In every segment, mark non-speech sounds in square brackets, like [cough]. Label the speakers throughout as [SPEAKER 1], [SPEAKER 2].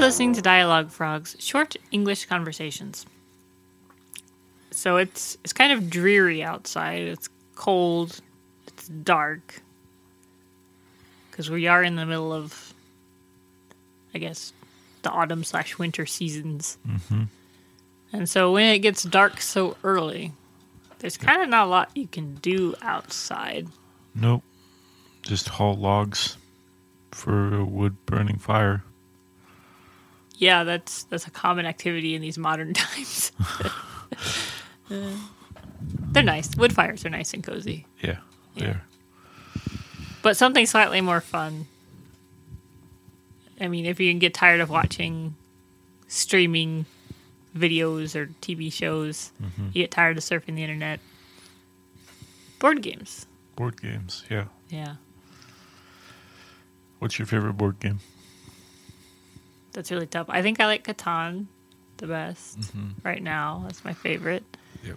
[SPEAKER 1] listening to Dialogue Frogs, short English conversations. So it's it's kind of dreary outside. It's cold. It's dark. Because we are in the middle of, I guess, the autumn slash winter seasons. And so when it gets dark so early, there's kind of not a lot you can do outside.
[SPEAKER 2] Nope. Just haul logs for a wood burning fire.
[SPEAKER 1] Yeah, that's that's a common activity in these modern [laughs] times. Uh, they're nice. Wood fires are nice and cozy.
[SPEAKER 2] Yeah. There.
[SPEAKER 1] But something slightly more fun. I mean, if you can get tired of watching streaming videos or TV shows, you get tired of surfing the internet. Board games.
[SPEAKER 2] Board games. Yeah.
[SPEAKER 1] Yeah.
[SPEAKER 2] What's your favorite board game?
[SPEAKER 1] That's really tough. I think I like Catan the best right now. That's my favorite.
[SPEAKER 2] Yep.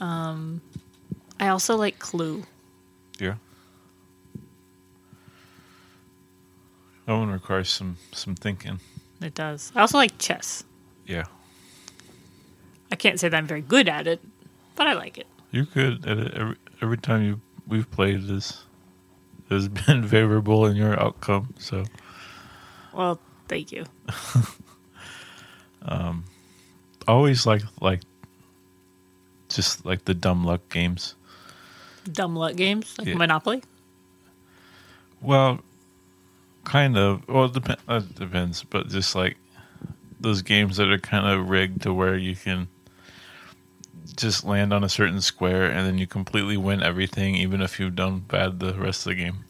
[SPEAKER 1] I also like Clue.
[SPEAKER 2] Yeah. That one requires some some thinking.
[SPEAKER 1] It does. I also like chess.
[SPEAKER 2] Yeah.
[SPEAKER 1] I can't say that I'm very good at it, but I like it.
[SPEAKER 2] You could at it every every time you we've played this has [laughs] been favorable in your outcome. So
[SPEAKER 1] Well, thank you.
[SPEAKER 2] I always like like just like the dumb luck games.
[SPEAKER 1] Dumb luck games like
[SPEAKER 2] Yeah.
[SPEAKER 1] Monopoly.
[SPEAKER 2] Well, kind of. Well, it depends. Uh, it depends, but just like those games that are kind of rigged to where you can just land on a certain square and then you completely win everything, even if you've done bad the rest of the game.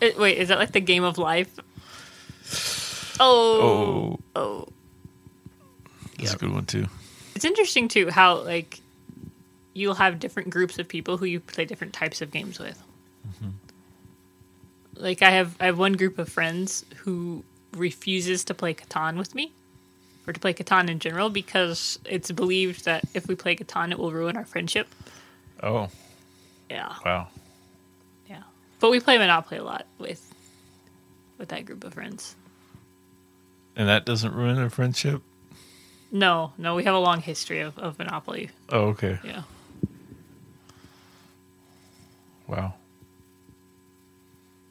[SPEAKER 1] It- wait, is that like the game of life? Oh,
[SPEAKER 2] Oh,
[SPEAKER 1] oh.
[SPEAKER 2] that's a good one too.
[SPEAKER 1] It's interesting too how like you'll have different groups of people who you play different types of games with. Like I have I have one group of friends who refuses to play Catan with me or to play Catan in general because it's believed that if we play Catan it will ruin our friendship.
[SPEAKER 2] Oh,
[SPEAKER 1] Yeah.
[SPEAKER 2] wow.
[SPEAKER 1] Yeah. But we play Monopoly a lot with with that group of friends.
[SPEAKER 2] And that doesn't ruin a friendship.
[SPEAKER 1] No, no, we have a long history of, of Monopoly.
[SPEAKER 2] Oh, okay.
[SPEAKER 1] Yeah.
[SPEAKER 2] Wow.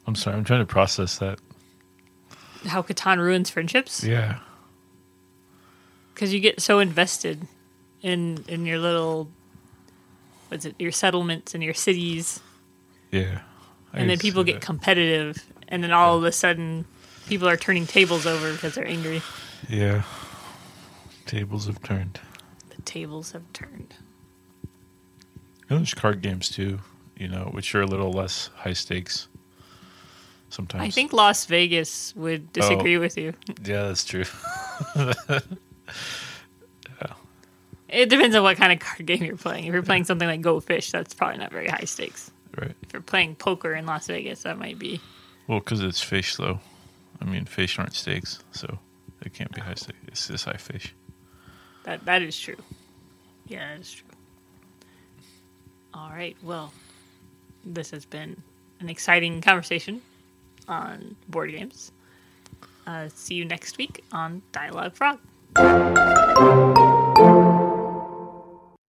[SPEAKER 2] I'm sorry. I'm trying to process that.
[SPEAKER 1] How Catan ruins friendships?
[SPEAKER 2] Yeah.
[SPEAKER 1] Because you get so invested in in your little what's it, your settlements and your cities
[SPEAKER 2] Yeah. I uh,
[SPEAKER 1] and then
[SPEAKER 2] can see
[SPEAKER 1] people get
[SPEAKER 2] that.
[SPEAKER 1] competitive and then all of a sudden people are turning tables over because they're angry.
[SPEAKER 2] Yeah. Tables have turned.
[SPEAKER 1] The tables have turned.
[SPEAKER 2] And there's card games too, you know, which are a little less high stakes. Sometimes
[SPEAKER 1] I think Las Vegas would disagree
[SPEAKER 2] Oh.
[SPEAKER 1] with you.
[SPEAKER 2] Yeah, that's true. [laughs]
[SPEAKER 1] It depends on what kind of card game you're playing. If you're playing something like Go Fish, that's probably not very high stakes.
[SPEAKER 2] right.
[SPEAKER 1] If you're playing poker in Las Vegas, that might be.
[SPEAKER 2] Well, because it's fish, though. I mean, fish aren't stakes, so it can't be high stakes. It's just high fish.
[SPEAKER 1] That that is true. Yeah, that is true. All right. Well, this has been an exciting conversation on board games. Uh, see you next week on Dialogue Frog.